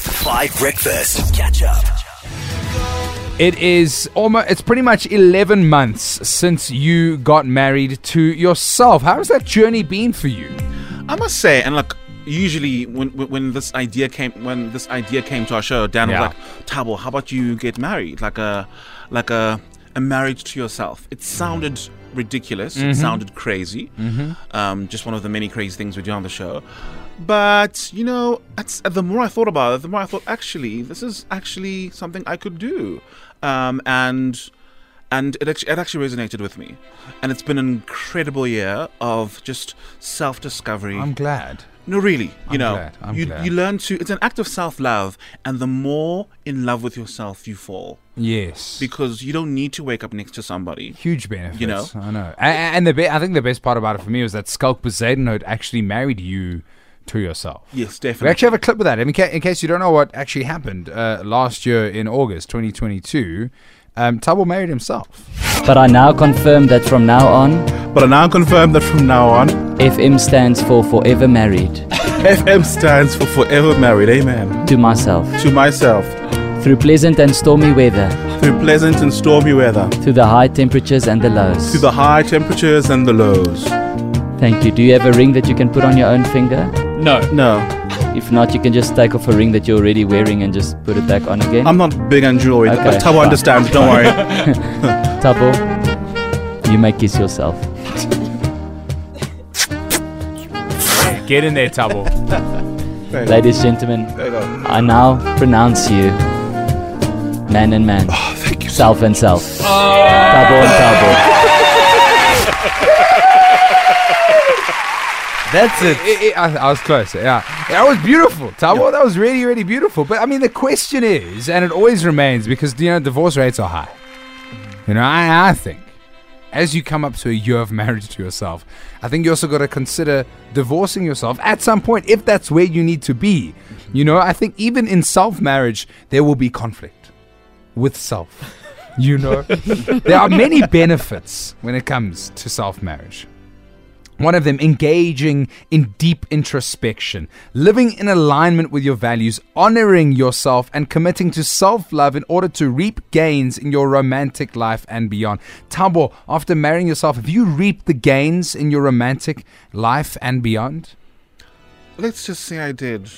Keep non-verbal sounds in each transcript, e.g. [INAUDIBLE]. Five Breakfast. Catch up. It is almost, it's pretty much 11 months since you got married to yourself. How has that journey been for you? I must say, and like usually when when when this idea came when this idea came to our show, Dan Yeah. was like, "Tabo, how about you get married? Like a like a a marriage to yourself." It sounded ridiculous. It Mm-hmm. sounded crazy. Um, just one of the many crazy things we do on the show. But you know, that's, uh, the more I thought about it, the more I thought actually this is actually something I could do, um, and and it actually, it actually resonated with me. And it's been an incredible year of just self discovery. I'm glad. No, really. I'm You know, glad, I'm you glad. you learn to. It's an act of self love, and the more in love with yourself you fall, Yes. because you don't need to wake up next to somebody. Huge benefits. You know? I know. A- a- And the be- I think the best part about it for me was that Skulk Bezadenhout actually married you to yourself. Yes, We definitely. actually have a clip of that. In, ca- in case you don't know what actually happened uh, last year in August 2022, um, Tabo married himself. But I now confirm that from now on, But I now confirm that from now on, FM stands for Forever [LAUGHS] Married FM stands for Forever Married, amen. to myself. To myself, Through pleasant and stormy weather, through pleasant and stormy weather, through the high temperatures and the through lows. the high temperatures and the lows. Thank you. Do you have a ring that you can put on your own finger? No, If not, you can just take off a ring that you're already wearing and just put it back on again. I'm not big on jewelry, Okay, but Tabo fine. understands, don't [LAUGHS] worry. Tabo, you may kiss yourself. Get in there, Tabo. Ladies, gentlemen, I now pronounce you man and man. Self and self. Tabo and Tabo. That's it. I, I was close. Yeah. That was beautiful, Tabo. That was really, really beautiful. But I mean, the question is, and it always remains because, you know, divorce rates are high. You know, I, I think as you come up to a year of marriage to yourself, I think you also got to consider divorcing yourself at some point if that's where you need to be. You know, I think even in self marriage, there will be conflict with self. You [LAUGHS] know, there are many benefits when it comes to self marriage. One of them, engaging in deep introspection, living in alignment with your values, honoring yourself, and committing to self love in order to reap gains in your romantic life and beyond. Tabo, after marrying yourself, have you reaped the gains in your romantic life and beyond? Let's just say I did.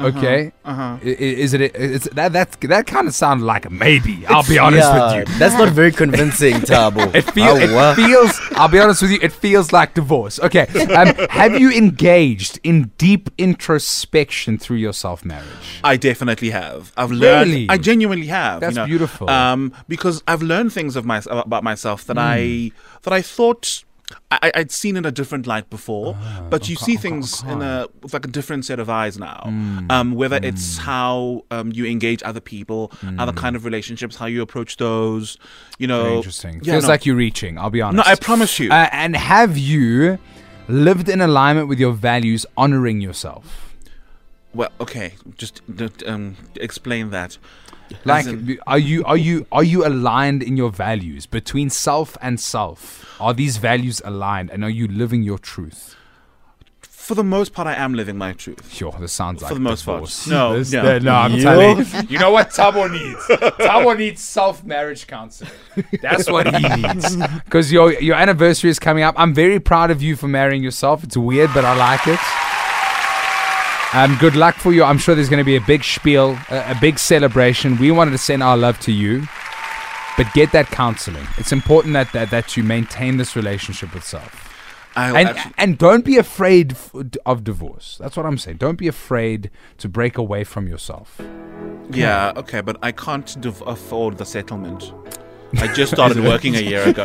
Okay. Uh-huh. I- i- Is it, it's, that, that, that kind of sounds like a maybe, I'll be honest with [LAUGHS] you. That's not very convincing, [LAUGHS] Tabo. It, feel, it feels, I'll be honest with you, it feels like divorce. Okay. Um, have you engaged in deep introspection through your self marriage? I definitely have. I've learned. Really? I genuinely have. That's you know, beautiful. Um, because I've learned things of my about myself that Hmm. I that I thought. I, I'd seen in a different light before, Ah, but you see things in a with like a different set of eyes now. Hmm. Um, whether it's how um, you engage other people, other kind of relationships, how you approach those, you know, Hmm. Very interesting. Yeah, feels no. like you're reaching, I'll be No, honest. I promise you. Uh, and have you lived in alignment with your values, honoring yourself? well, okay, just d- d- um, explain that. Like, in- b- are you are you are you aligned in your values between self and self? Are these values aligned, and are you living your truth? For the most part, I am living my truth. Sure, this sounds like the most part. divorce. [LAUGHS] No, This- no. no, I'm telling you. You know what Tabo needs? [LAUGHS] Tabo needs self marriage counseling. That's what [LAUGHS] he needs. Because your your anniversary is coming up. I'm very proud of you for marrying yourself. It's weird, but I like it. Um, good luck for you. I'm sure there's going to be a big spiel, a, a big celebration. We wanted to send our love to you, but get that counseling. It's important that that, that you maintain this relationship with self I and actually- and don't be afraid f- of divorce. That's what I'm saying. Don't be afraid to break away from yourself. Yeah, okay, but I can't div- afford the settlement. I just started working a year ago.